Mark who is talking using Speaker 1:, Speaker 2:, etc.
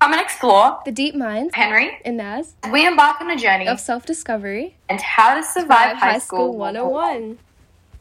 Speaker 1: Come and explore.
Speaker 2: The deep minds
Speaker 1: Henry,
Speaker 2: and Naz
Speaker 1: we embark on a journey
Speaker 2: of self discovery.
Speaker 1: and how to survive high, school
Speaker 2: High School 101.